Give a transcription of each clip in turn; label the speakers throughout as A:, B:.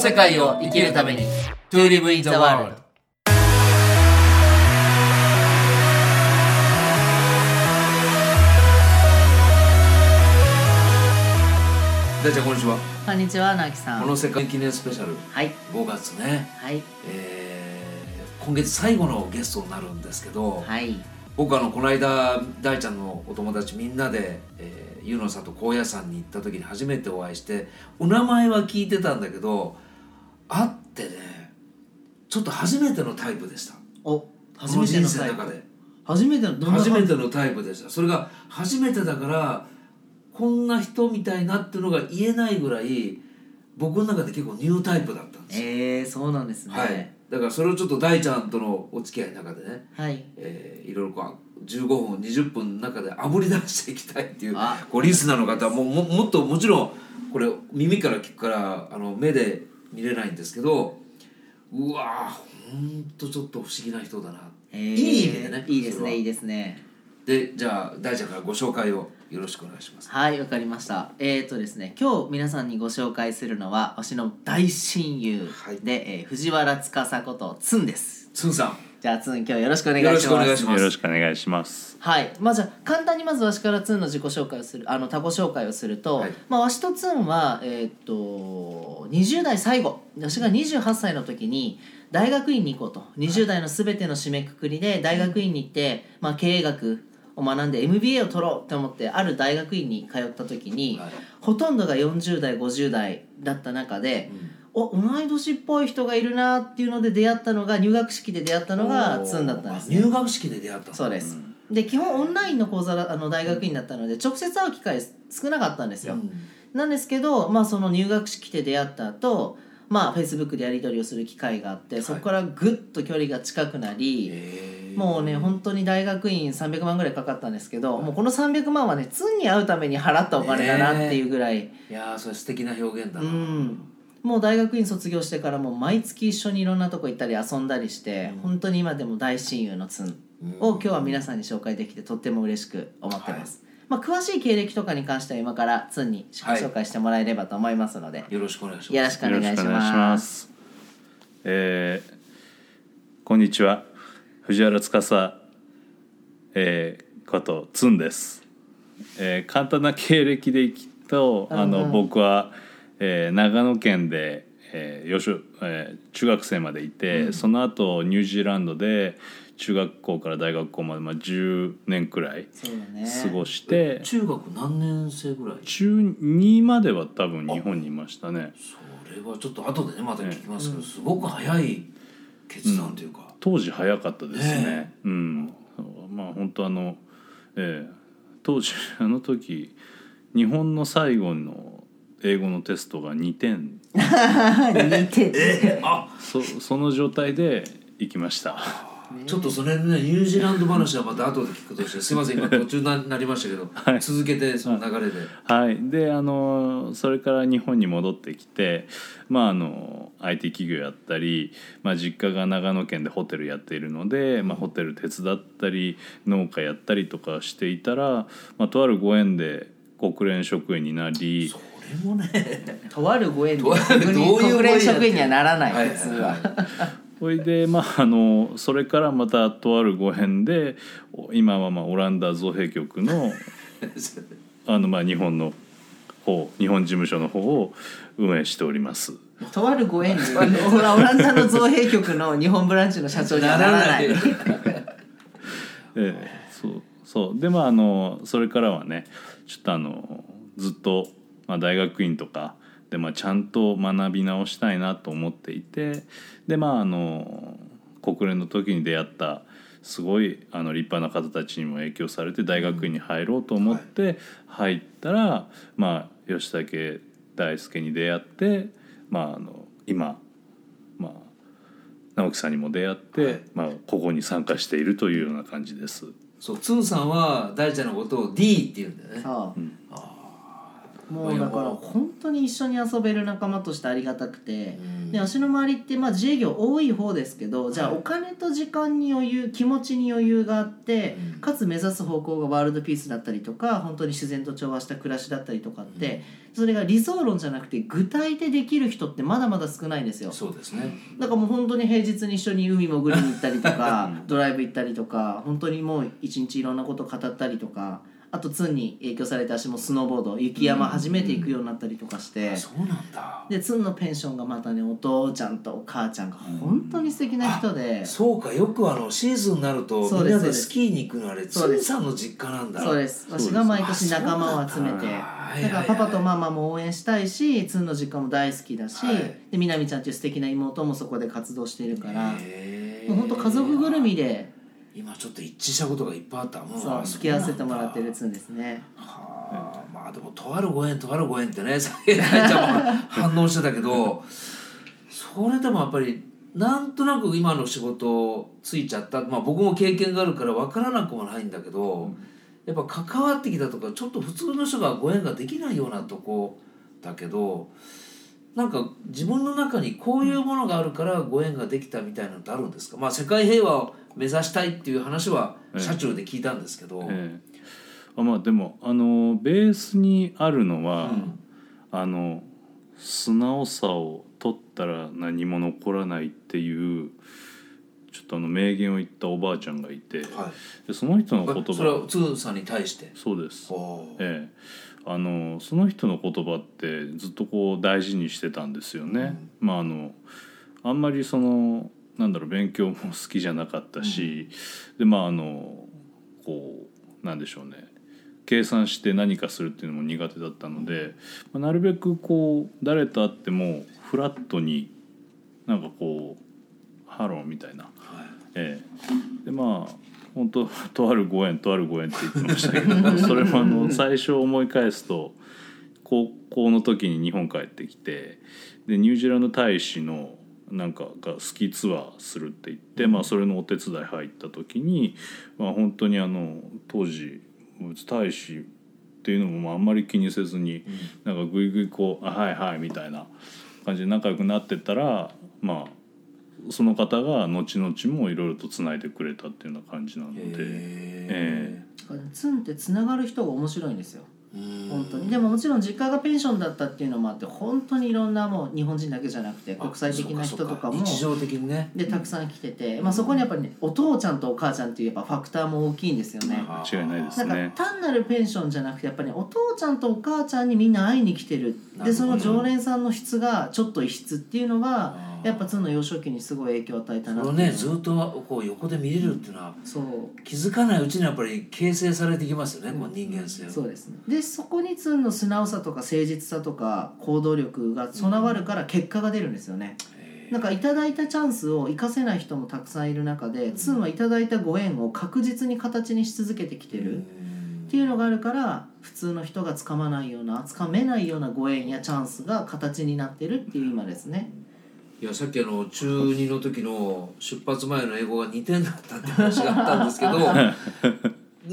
A: 世界を生きるために To live in the world 大ちゃんこんにちは
B: こんにちは、なおきさ
A: こ
B: ん。
A: の世界記念スペシャル
B: はい、
A: 5月ね、
B: はい、
A: えー今月最後のゲストになるんですけど、
B: はい、
A: 僕あのこの間大ちゃんのお友達みんなで、えー、ゆのさんと高野山に行った時に初めてお会いしてお名前は聞いてたんだけど会ってねちょっと初めてのタイプでした
B: お、初めてのタイ
A: この人生の中
B: プ。
A: で
B: 初めての、どんな
A: 初めてのタイプでしたそれが初めてだからこんな人みたいなっていうのが言えないぐらい僕の中で結構ニュータイプだったんですよ、
B: ええー、そうなんです
A: はい
B: ね。、
A: だからそれをちょっと大ちゃんとのお付き合いの中でね
B: はい。
A: えーいろいろこう15分20分の中であぶり出していきたいっていう
B: あ
A: こうリスナーの方もももっともちろんこれ耳から聞くからあの目で見れないんですけどうわーほんとちょっと不思議な人だな
B: えー
A: いい意味でね
B: いいです
A: それ
B: ね、
A: はい
B: いですね。
A: でじゃあ大ちゃんからご紹介をよろしくお願いします
B: はい、わかりました。えっ、ー、とですね、今日皆さんにご紹介するのは、私の大親友
A: はい
B: で、えー藤原司ことつんです。
A: つんさん
B: じゃあ、つん、今日よろしくお願いし
A: よ
B: ま
A: ろ
B: す。
A: しくお願いしま
C: よろ
A: す
C: しくお願いします。
B: はい、まあ、じゃあ簡単にまずわしからツンの自己紹介をするあの他己紹介をすると、
A: はい
B: まあ、わしとツンは、えーっと20代最後わしが28歳の時に大学院に行こうと20代の全ての締めくくりで大学院に行って、まあ、経営学を学んで MBA を取ろうって思ってある大学院に通った時に、
A: はい
B: ほとんどが40代50代だった中で、お同い年っぽい人がいるなっていうので出会ったのが入学式で出会ったのがツンだったんですね
A: あ入学式で出会ったの
B: そうです、で基本オンラインの講座だあの大学院だったので直接会う機会少なかったんですよ、
A: うん
B: なんですけど、まあ、その入学式で出会った後まあフェイスブックでやり取りをする機会があって、
A: はい
B: そこからぐっと距離が近くなり、
A: えー
B: もうね本当に大学院300万ぐらいかかったんですけど、もうこの300万はねつんに会うために払ったお金だなっていうぐらい、
A: いやーそれ素敵な表現だ
B: う
A: な、
B: ん、もう大学院卒業してからもう毎月一緒にいろんなとこ行ったり遊んだりして、本当に今でも大親友のツンを今日は皆さんに紹介できてとっても嬉しく思ってます、まあ、詳しい経歴とかに関しては今からツンに
A: はい
B: 紹介してもらえればと思いますので、
A: よろしくお願いします
B: よろしくお
C: よ
B: 願
C: ろ
B: いしま
C: しく
B: す
C: お願いします。えーこんにちは。藤原司、えーことつんです。えー簡単な経歴でいくと、あの、僕は、えー長野県で、えー幼少えー中学生までいて、その後ニュージーランドで中学校から大学校まで、まあ、10年くらい
B: そうだね
C: 過ごして、
A: 中学何年生ぐらい
C: 中2までは多分日本にいましたね
A: それはちょっと後でねまた聞きますけど、すごく早い決断というか、
C: 当時早かったですね
A: ね
C: うんまあ本当あの、ええ当時あの時日本の最後の英語のテストが2点
B: 似てる
A: あ
C: そ その状態で行きました
A: ちょっとそれねニュージーランド話はまた後で聞くとしてすいません今途中にな なりましたけど、続けてその流れで、
C: はいであのそれから日本に戻ってきてまああの IT 企業やったり、まあ、実家が長野県でホテルやっているので、まあ、ホテル手伝ったり農家やったりとかしていたら、まあ、とあるご縁で国連職員になり
A: それもね
B: とあるご縁で
A: とある
B: 国
A: どういうご縁
B: 国連職員にはならない
A: はい
B: 普通は
C: それでまああのそれからまたとあるご縁でお今はまあオランダ造幣局のあのまあ日本の方日本事務所の方を運営しております。
B: とあるご 縁でオラオランダの造幣局の日本ブランチの社長にはならない
A: なら
C: ええ、そうそうでまああのそれからはねちょっとあのずっと、まあ、大学院とかで、まあ、ちゃんと学び直したいなと思っていてでまああの国連の時に出会ったすごいあの立派な方たちにも影響されて大学院に入ろうと思って入ったら、まあ、吉武大輔に出会って、まあ、あの今、まあ、直樹さんにも出会って、
A: はい
C: まあ、ここに参加しているというような感じです。
A: そうツンさんは大ちゃんのことを D って言うんだよね
B: そうもうだから
A: 親も
B: 本当に一緒に遊べる仲間としてありがたくて、
A: うん
B: で足の周りってまあ自営業多い方ですけどじゃあ
A: はい
B: お金と時間に余裕気持ちに余裕があって、
A: うん
B: かつ目指す方向がワールドピースだったりとか本当に自然と調和した暮らしだったりとかって、それが理想論じゃなくて具体でできる人ってまだまだ少ないんですよ。
A: そうですね
B: だからもう本当に平日に一緒に海潜りに行ったりと かドライブ行ったりとか本当にもう一日いろんなこと語ったりとかあとツンに影響されて足もスノーボード雪山初めて行くようになったりとかして、
A: そうなんだ
B: でツンのペンションがまたねお父ちゃんとお母ちゃんが本当に素敵な人で、
A: そうかよくあのシーズンになると
B: そう
A: みん
B: です
A: なでスキーに行くのあれ
B: そう
A: つ
B: で
A: ん
B: す
A: さんの実家なんだ
B: そうですす私が毎年仲間を集めて
A: あそうなんだはい
B: だ
A: はい
B: か
A: は
B: ら
A: い
B: パパとママも応援したいしツンの実家も大好きだし、
A: はい
B: でみなみちゃんっていう素敵な妹もそこで活動しているから、
A: へー
B: もう本当家族ぐるみで
A: 今ちょっと一致したことがいっぱいあったも
B: そう
A: あ
B: 付き合わせてもらってるやつんですね
A: はあまあでもとあるご縁とあるご縁ってねさっき大ちゃんも反応してたけどそれでもやっぱりなんとなく今の仕事ついちゃった、まあ、僕も経験があるから分からなくもないんだけど、やっぱ関わってきたとかちょっと普通の人がご縁ができないようなとこだけどなんか自分の中にこういうものがあるからご縁ができたみたいなのってあるんですか、まあ、世界平和を目指したいっていう話は社長で聞いたんですけど。
C: ええあまあでもあのベースにあるのは、
A: うん
C: あの素直さを取ったら何も残らないっていうちょっとあの名言を言ったおばあちゃんがいて、
A: はい
C: でその人の言
A: えそれは
C: 葉
A: ツーさんに対して
C: そうです、
A: ほう
C: ええ、あのその人の言葉ってずっとこう大事にしてたんですよね。まああのあんまりそのなんだろう勉強も好きじゃなかったし、でまああのこうなんでしょうね計算して何かするっていうのも苦手だったので、まあ、なるべくこう誰と会ってもフラットになんかこうハローみたいな、ええ、でまあ本当とあるご縁とあるご縁って言ってましたけどそれもあの最初思い返すと高校の時に日本帰ってきてでニュージーランド大使のなんかがスキーツアーするって言って、まあ、それのお手伝い入った時に、まあ、本当にあの当時大使っていうのもまああんまり気にせずに、なんかグイグイこう「あはいはい」みたいな感じで仲良くなってったらまあその方が後々もいろいろとつないでくれたっていうような感じなので。
A: へ
B: ツンってつながる人が面白いんですよ
A: ーうん
B: 本当にでももちろん実家がペンションだったっていうのもあって本当にいろんなもう日本人だけじゃなくて
A: あ
B: 国際的な人とか
A: そう
B: も
A: 日常的にね
B: でたくさん来てて、まあ、そこにやっぱりねお父ちゃんとお母ちゃんっていうやっぱファクターも大きいんですよね。
C: 間違いないです
B: なんか単なるペンションじゃなくてやっぱり、ね、お父ちゃんとお母ちゃんにみんな会いに来てる
A: な
B: で
A: るほ
B: そ
A: ど
B: の常連さんの質がちょっと異質っていうのが
A: あー
B: やっぱツンの幼少期にすごい影響を与えた
A: そ
B: なって
A: れを
B: いう
A: ねずっとこう横で見れるっていうのは
B: そう
A: 気づかないうちにやっぱり形成されてきますよね、こう人間性
B: そうですねでそこにツンの素直さとか誠実さとか行動力が備わるから結果が出るんですよね、
A: へ
B: なんかいただいたチャンスを生かせない人もたくさんいる中で、ツンはいただいたご縁を確実に形にし続けてきてる、っていうのがあるから普通の人がつかまないようなつかめないようなご縁やチャンスが形になってるっていう今ですね、
A: いやさっきあの中2の時の出発前の英語が2点だったって話があったんですけど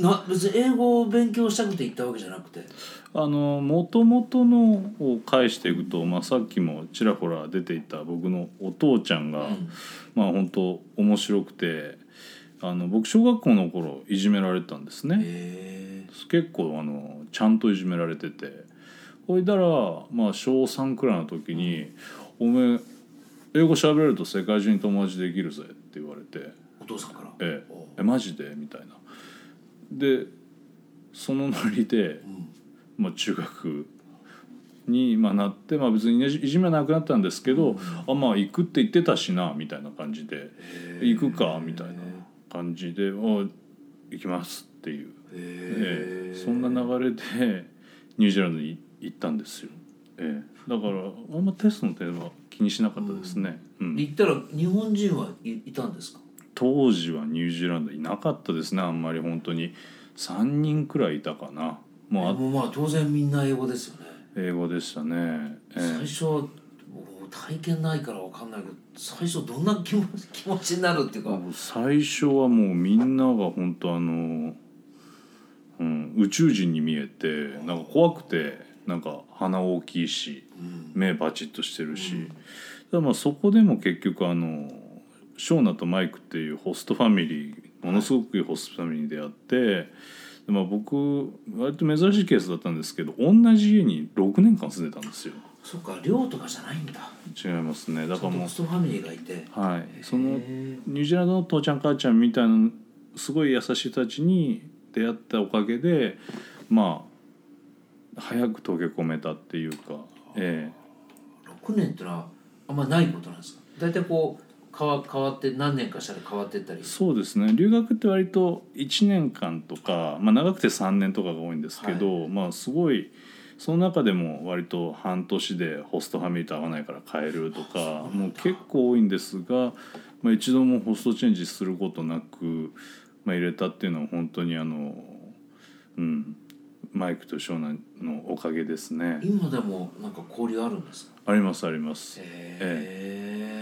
A: な別に英語を勉強したくて行ったわけじゃなくて
C: あの元々のを返していくと、まあ、さっきもちらほら出ていた僕のお父ちゃんが、
A: うん
C: まあ本当面白くてあの僕小学校の頃いじめられてたんですね
A: へー
C: 結構あのちゃんといじめられててほいだら、まあ、小3くらいの時に「おめえ英語喋れると世界中に友達できるぜ」って言われて。
A: お父さんから
C: ええ
A: お
C: えマジでみたいなでそのノリで、まあ、中学にまあなって、まあ、別にねいじめはなくなったんですけど、あまあ行くって言ってたしなみたいな感じで行くかみたいな感じであ行きますっていう、
A: へ
C: ええ
A: ー
C: そんな流れでニュージーランドに行ったんですよ、ええ、だからあんまテストの点は気にしなかったですね、うん
A: 行ったら日本人はいいたんですか
C: 当時はニュージーランドいなかったですねあんまり本当に3人くらいいたかなもうあ
A: もうまあ当然みんな英語ですよね、
C: 英語でしたね、え
A: 最初は僕体験ないからわかんないけど最初どんな気持ち 気持ちになるっていうか、
C: え最初はもうみんなが本当あの、うん、宇宙人に見えてなんか怖くてなんか鼻大きいし
A: うん
C: 目バチッとしてるし、
A: うん
C: だからまあそこでも結局あのショーナとマイクっていうホストファミリーものすごくいいホストファミリーであって、でまあ、僕割と珍しいケースだったんですけど同じ家に6年間住んでたんですよ
A: そっか寮とかじゃないんだ
C: 違いますねだ
A: ち
C: か
A: ゃ
C: ら
A: んと
C: も
A: ホ
C: う
A: ストファミリーがいて
C: はいその
A: へ
C: ニュージーランドの父ちゃん母ちゃんみたいなすごい優しい人たちに出会ったおかげでまあ早く溶け込めたっていうか、え
A: 6年ってのはあんまないことなんですか大体こう変わ変わって何年かしたら変わってったり
C: え、そうですね留学って割と1年間とか、まあ、長くて3年とかが多いんですけど、まあすごいその中でも割と半年でホストファミリーと合わないから帰るとかもう結構多いんですが、まあ、一度もホストチェンジすることなく、まあ、入れたっていうのは本当にあのうんマイクとショウナのおかげですね。
A: 今でもなんか交流あるんですか
C: ありますあります。
A: へ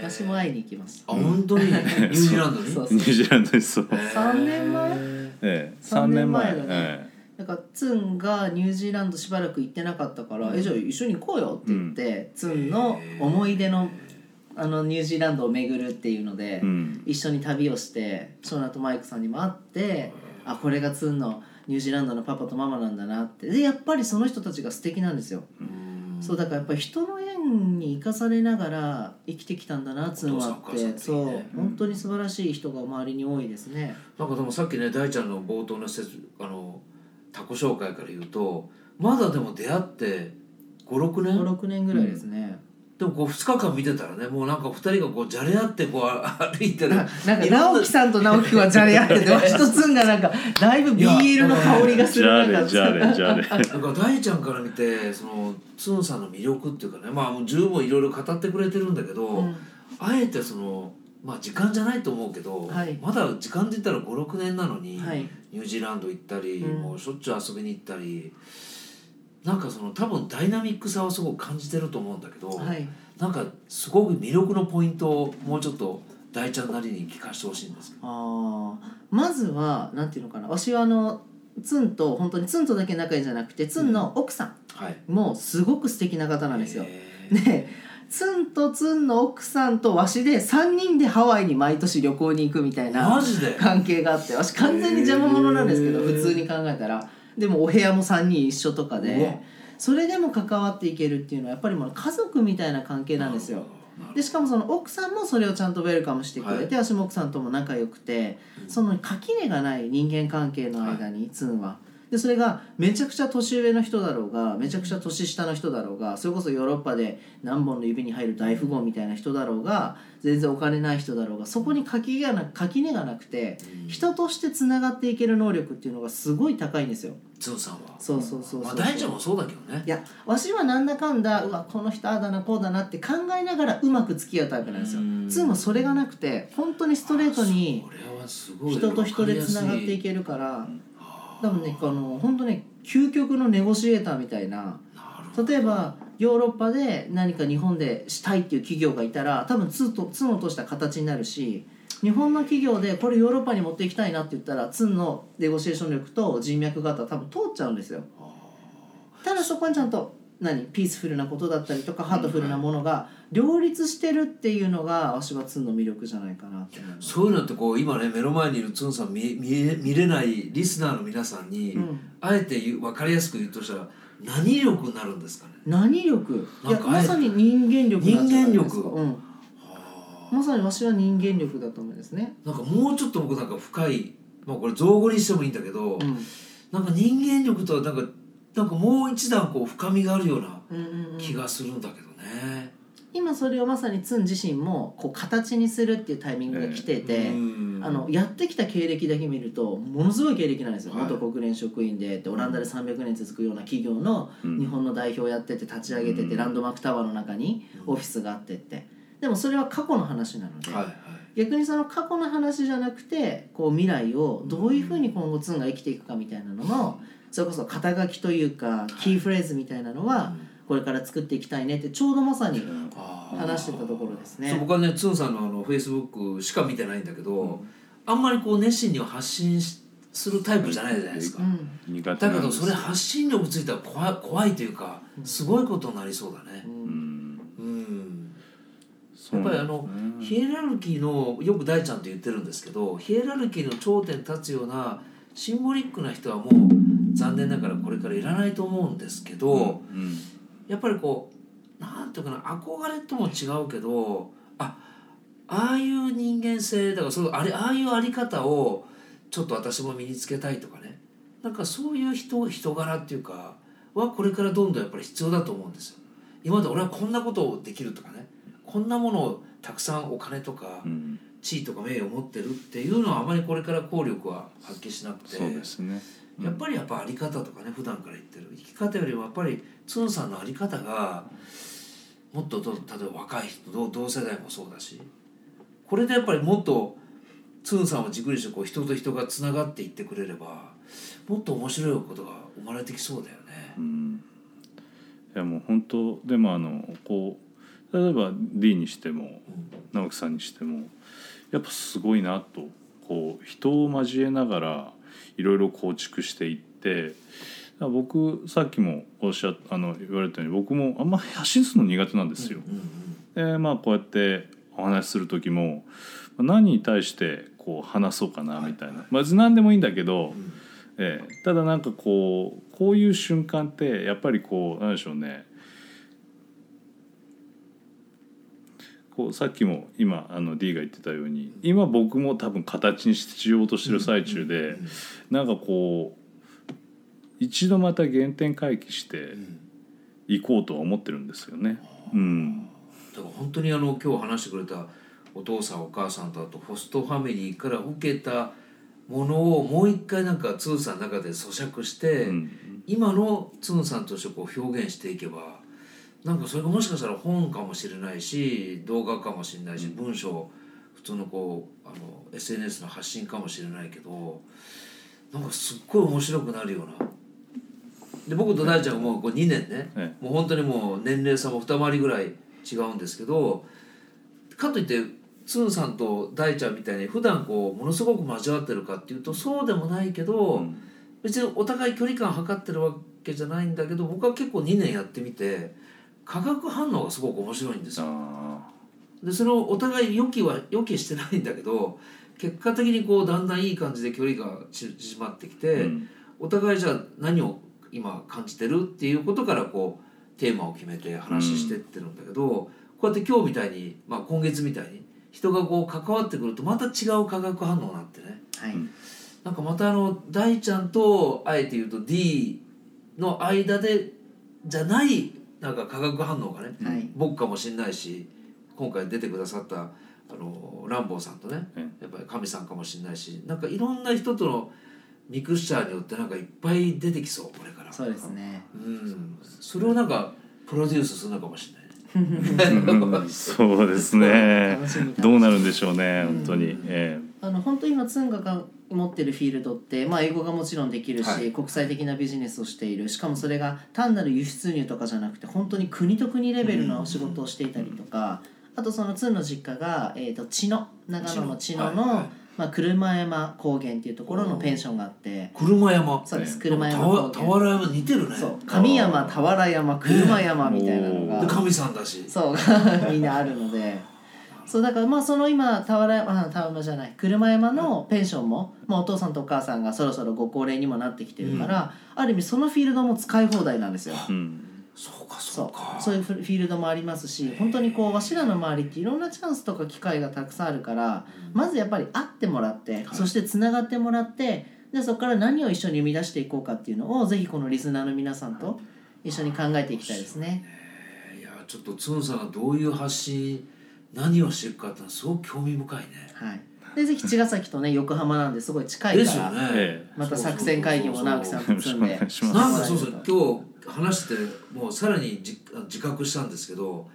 A: え
B: 私も会いに行きまし
A: あ本 当にニュージーランドに
B: そうそう
C: ニュージーランドにそう。
A: へえ
B: 三年前
C: ええ、
B: 三
C: 三
B: 年
C: 年
B: 前
C: 前。
B: だね
C: ええ
B: たなんかツンがニュージーランドしばらく行ってなかったから「えじゃあ一緒に行こうよ」って言って、ツンの思い出のあのニュージーランドを巡るっていうので、
C: うん、
B: 一緒に旅をしてショーナとマイクさんにも会ってあこれがツンのニュージーランドのパパとママなんだなってでやっぱりその人たちが素敵なんですよ、
A: うん
B: そうだからやっぱり人の縁に生かされながら生きてきたんだなツンはっ
A: お父さんお
B: て
A: 母さん
B: そう
A: いいね
B: 本当に素晴らしい人が周りに多いですね
A: なんかでもさっきね大ちゃんの冒頭の説あの他己紹介から言うとまだでも出会って56年
B: 56年ぐらいですね、
A: でもこう2日間見てたらねもうなんか2人がこうじゃれ合ってこうあ歩いてる
B: ななんか直樹さんと直樹はじゃれ合 ってて私とツンがなんかだいぶ BL の香りがす
C: じゃあ
B: る中
C: れじゃあれじゃあれ
A: なんか大ちゃんから見てそのつんさんの魅力っていうかねまあもう十分いろいろ語ってくれてるんだけど、
B: うん
A: あえてそのまあ時間じゃないと思うけど、
B: はい
A: まだ時間で言ったら56年なのに、
B: はい
A: ニュージーランド行ったり、
B: うん
A: もうしょっちゅう遊びに行ったりなんかその多分ダイナミックさをすごく感じてると思うんだけど、
B: はい
A: なんかすごく魅力のポイントをもうちょっと大ちゃんなりに聞かせてほしいんですけど。
B: あーまずはなんていうのかな私はあのツンと本当にツンとだけ仲いいんじゃなくてツンの奥さ
A: はい
B: んもすごく素敵な方なんですよ。
A: へー
B: でツンとツンの奥さんとわしで3人でハワイに毎年旅行に行くみたい
A: マ
B: な
A: ジで
B: 関係があってわし完全に邪魔者なんですけど
A: へー
B: 普通に考えたらでもお部屋も3人一緒とか
A: うわ
B: でそれでも関わっていけるっていうのはやっぱりもう家族みたいな関係なんですよ。
A: なるほど
B: でしかもその奥さんもそれをちゃんとウェルカムしてくれて、私も奥さんとも仲良くて、
A: うん
B: その垣根がない人間関係の間に、ツンは。でそれがめちゃくちゃ年上の人だろうがめちゃくちゃ年下の人だろうがそれこそヨーロッパで何本の指に入る大富豪みたいな人だろうが全然お金ない人だろうがそこに垣根がな垣根がなくて
A: うん
B: 人としてつながっていける能力っていうのがすごい高いんですよ。
A: つんさんは
B: そうそうそうそう
A: まあ、大ちゃんもそうだけどね
B: いやわしはなんだかんだうわこの人ああだなこうだなって考えながらうまく付き合うタイプなんですよ
A: うん
B: ツンはそれがなくて本当にストレートに
A: あそれはすごい
B: 人と人でつながっていけるから多分ねあの本当ね究極のネゴシエーターみたいな
A: なるほど
B: 例えばヨーロッパで何か日本でしたいっていう企業がいたら多分ツンとツンを通した形になるし日本の企業でこれヨーロッパに持っていきたいなって言ったらツンのネゴシエーション力と人脈があったら多分通っちゃうんですよ。ただそこにちゃんと何ピースフルなことだったりとかハートフルなものが両立してるっていうのがわしはツンの魅力じゃないかなって思います。
A: そういうのってこう今ね目の前にいるつんさん見え見え見れないリスナーの皆さんに、
B: うん
A: あえて言う分かりやすく言うとしたら何力になるんですかね
B: 何力い
A: なん
B: や
A: か
B: まさに人間力なんじゃないですか
A: 人間力
B: うん、まさにわしは人間力だと思うんですね。
A: なんかもうちょっと僕なんか深い、まあ、これ造語にしてもいいんだけど、
B: うん
A: なんか人間力とはなんかなんかもう一段こう深みがあるような
B: うんうんうん
A: 気がするんだけどね。
B: 今それをまさにツン自身もこう形にするっていうタイミングが来てて、
A: うん
B: あのやってきた経歴だけ見るとものすごい経歴なんですよ、
A: はい
B: 元国連職員ででオランダで300年続くような企業の
C: うん
B: 日本の代表やってて立ち上げてて、
C: うん
B: ランドマークタワーの中に
A: うん
B: オフィスがあってってでもそれは過去の話なので、
A: はいはい
B: 逆にその過去の話じゃなくてこう未来をどういうふうに今後ツンが生きていくかみたいなののそれこそ肩書きというかキーフレーズみたいなのはこれから作っていきたいねってちょうどまさに
A: あー
B: 話してたところですね
A: そう。僕はねつんさんのあのフェイスブックしか見てないんだけど、あんまりこう熱心には発信しするタイプじゃないじゃないですか、
B: うん
C: 苦手なんです
A: だけどそれ発信力ついたら怖い怖いというかすごいことになりそうだね
C: うん
A: うん
C: そ
A: や
C: う
A: っ
C: な
A: ぱり
C: んです
A: あ
C: ね
A: のヒエラルキーのよく大ちゃんと言ってるんですけどヒエラルキーの頂点に立つようなシンボリックな人はもう残念ながらこれからいらないと思うんですけど、
C: うん
A: やっぱりこうなんていうかな憧れとも違うけどあああいう人間性だからそのあれああいうあり方をちょっと私も身につけたいとかねなんかそういう人人柄っていうかはこれからどんどんやっぱり必要だと思うんですよ。今まで俺はこんなことをできるとかねこんなものをたくさんお金とか
C: うん
A: 地位とか名誉を持ってるっていうのはあまりこれから効力は発揮しなくて
C: そうですねうん
A: やっぱりやっぱあり方とかね普段から言ってる生き方よりもやっぱりつんさんのあり方がもっとど例えば若い人同同世代もそうだしこれでやっぱりもっとつんさんを軸にしてこう人と人がつながっていってくれればもっと面白いことが生まれてきそうだよ
C: う
A: ね。
C: んいやもう本当でもあのこう例えば D にしても直樹さんにしてもやっぱすごいなとこう人を交えながらいろいろ構築していってだから僕さっきもおっしゃあの言われたように僕もあんま発信するの苦手なんですよ。
A: うんうん
C: でまあこうやってお話しする時も何に対してこう話そうかなみたいな、まず何でもいいんだけど、
A: ん
C: ええただなんかこうこういう瞬間ってやっぱりこうなんでしょうねこうさっきも今あの D が言ってたように今僕も多分形にしようとしてる最中で、
A: うん
C: なんかこう一度また原点回帰していこうとは思ってるんですよね。うん、
A: だから本当にあの今日話してくれたお父さんお母さんとあとホストファミリーから受けたものをもう一回なんかつんさんの中で咀嚼して、
C: うん
A: 今のつんさんとしてこう表現していけばなんかそれがもしかしたら本かもしれないし動画かもしれないし、文章普通のこうあの SNS の発信かもしれないけどなんかすっごい面白くなるような。で僕と大ちゃんはもうこう2年ね、
C: え
A: もう本当にもう年齢差も二回りぐらい違うんですけどかといってつんさんと大ちゃんみたいに普段こうものすごく交わってるかっていうとそうでもないけど。
C: うん
A: 別にお互い距離感測ってるわけじゃないんだけど僕は結構2年やってみて化学反応がすごく面白いんですよ。
C: あ
A: でそれをお互い予期は予期してないんだけど結果的にこうだんだんいい感じで距離が縮縮まってき
C: ー
A: て、
C: うん
A: お互いじゃあ何を今感じてるっていうことからこうテーマを決めて話してってるんだけど、こうやって今日みたいに、まあ、今月みたいに人がこう関わってくるとまた違う化学反応になってね。
B: はい、
C: うん
A: なんかまたあの大ちゃんとあえて言うと D の間でじゃないなんか化学反応がね、
B: はい
A: 僕かもしれないし今回出てくださったあのランボーさんとね、
C: え
A: やっぱり神さんかもしれないしなんかいろんな人とのミクスチャーによってなんかいっぱい出てきそうこれから
B: そうですね
A: うん、それをなんかプロデュースするのかもしれないね
C: うんそうですね
B: 楽しみ楽しみ
C: どうなるんでしょうね
B: うん
C: 本当に、え
B: あの本当に今ツンがが持ってるフィールドって、まあ、英語がもちろんできるし、
A: はい
B: 国際的なビジネスをしているしかもそれが単なる輸出入とかじゃなくて本当に国と国レベルの仕事をしていたりとか、あとそのツンの実家が、えー、と茅野長野の茅野の、
A: はいはい
B: まあ、車山高原っていうところのペンションがあって
A: 車山
B: そうです
C: ね
B: 車山
A: たわ
B: 高原
A: 俵山似てるね
B: そう神山俵山車山みたいなの
C: お
B: が。
A: で神さんだし
B: そう みんなあるのでそうだからまあその今俵山あ俵山じゃない車山のペンションも、まあ、お父さんとお母さんがそろそろご高齢にもなってきてるから、ある意味そのフィールドも使い放題なんですよ。
C: えうん
A: そうかそ
B: そう
A: か
B: うそういうフィールドもありますし本当にこうわしらの周りっていろんなチャンスとか機会がたくさんあるからまずやっぱり会ってもらって、そしてつながってもらってでそこから何を一緒に生み出していこうかっていうのをぜひこのリスナーの皆さんと一緒に考えていきたいですね。
A: いやちょっとつんさんがどういう発信何をしていくかってのはすごく興味深いね。
B: はい、でぜひ茅ヶ崎とね横浜なんですごい近い
A: で
B: か
A: すよ
B: ら、
A: ね。
C: ええ
B: また作戦会議も直樹さん
A: そう
B: と積んで
C: よろしくお
A: そう
C: 願
A: そうなんかそうそう今日話してもうさらにじ自覚したんですけど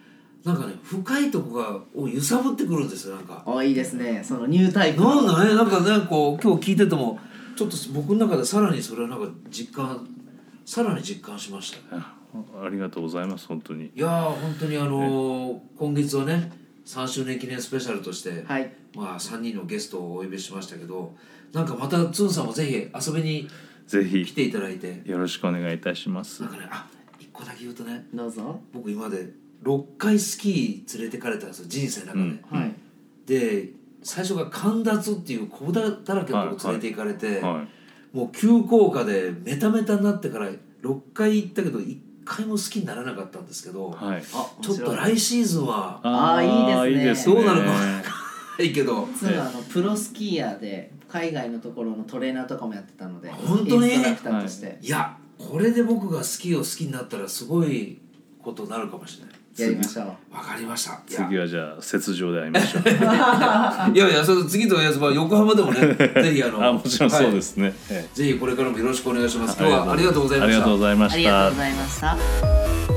A: なんかね深いとこがを揺さぶってくるんですよなんか。
B: おいいですねそのニュータイプ
A: なん
B: の
A: だねなんかねこう今日聞いててもちょっと僕の中でさらにそれはなんか実感さらに実感しましたね。
C: あありがとうございます本当に
A: いやー本当にあのー今月はね3周年記念スペシャルとして
B: はい
A: まあ、3人のゲストをお呼びしましたけどなんかまたツンさんもぜひ遊びに
C: ぜ
A: 来
C: ひ
A: ていただいて
C: よろしくお願いいたします
A: なんかねあ一個だけ言うとね
B: どうぞ
A: 僕今まで6回スキー連れてかれたんですよ人生の中で、
C: うん
B: はい、
A: で最初が神立っていう子だだらけのとこ連れて行かれて、
C: は
A: もう急降下でメタメタになってから6回行ったけど1回も好きにならなかったんですけど、
C: いはい
B: あ
A: ちょっと
B: ライ
A: 来シーズンは
B: あー
C: ー
B: いいですね
A: どうなるかわないけど
B: 実はあのプロスキーヤーで海外のところのトレーナーとかもやってたので
A: 本当に
B: インストラクターとして、
A: いやこれで僕がスキーを好きになったらすごいことになるかもしれない
B: やりましょう
A: わかりましたいや
C: 次はじゃあ雪上で会いましょう
A: いやいやその次のやつは横浜でも ねぜひあの、
C: あもちろんそうですすね、え
A: はいぜひこれからもよろしくお願いします
C: え
A: 今日はありがとうございま
C: あり
A: し
C: がと
A: た
C: うございま
B: あ
C: し
B: り
C: た
B: がとうございました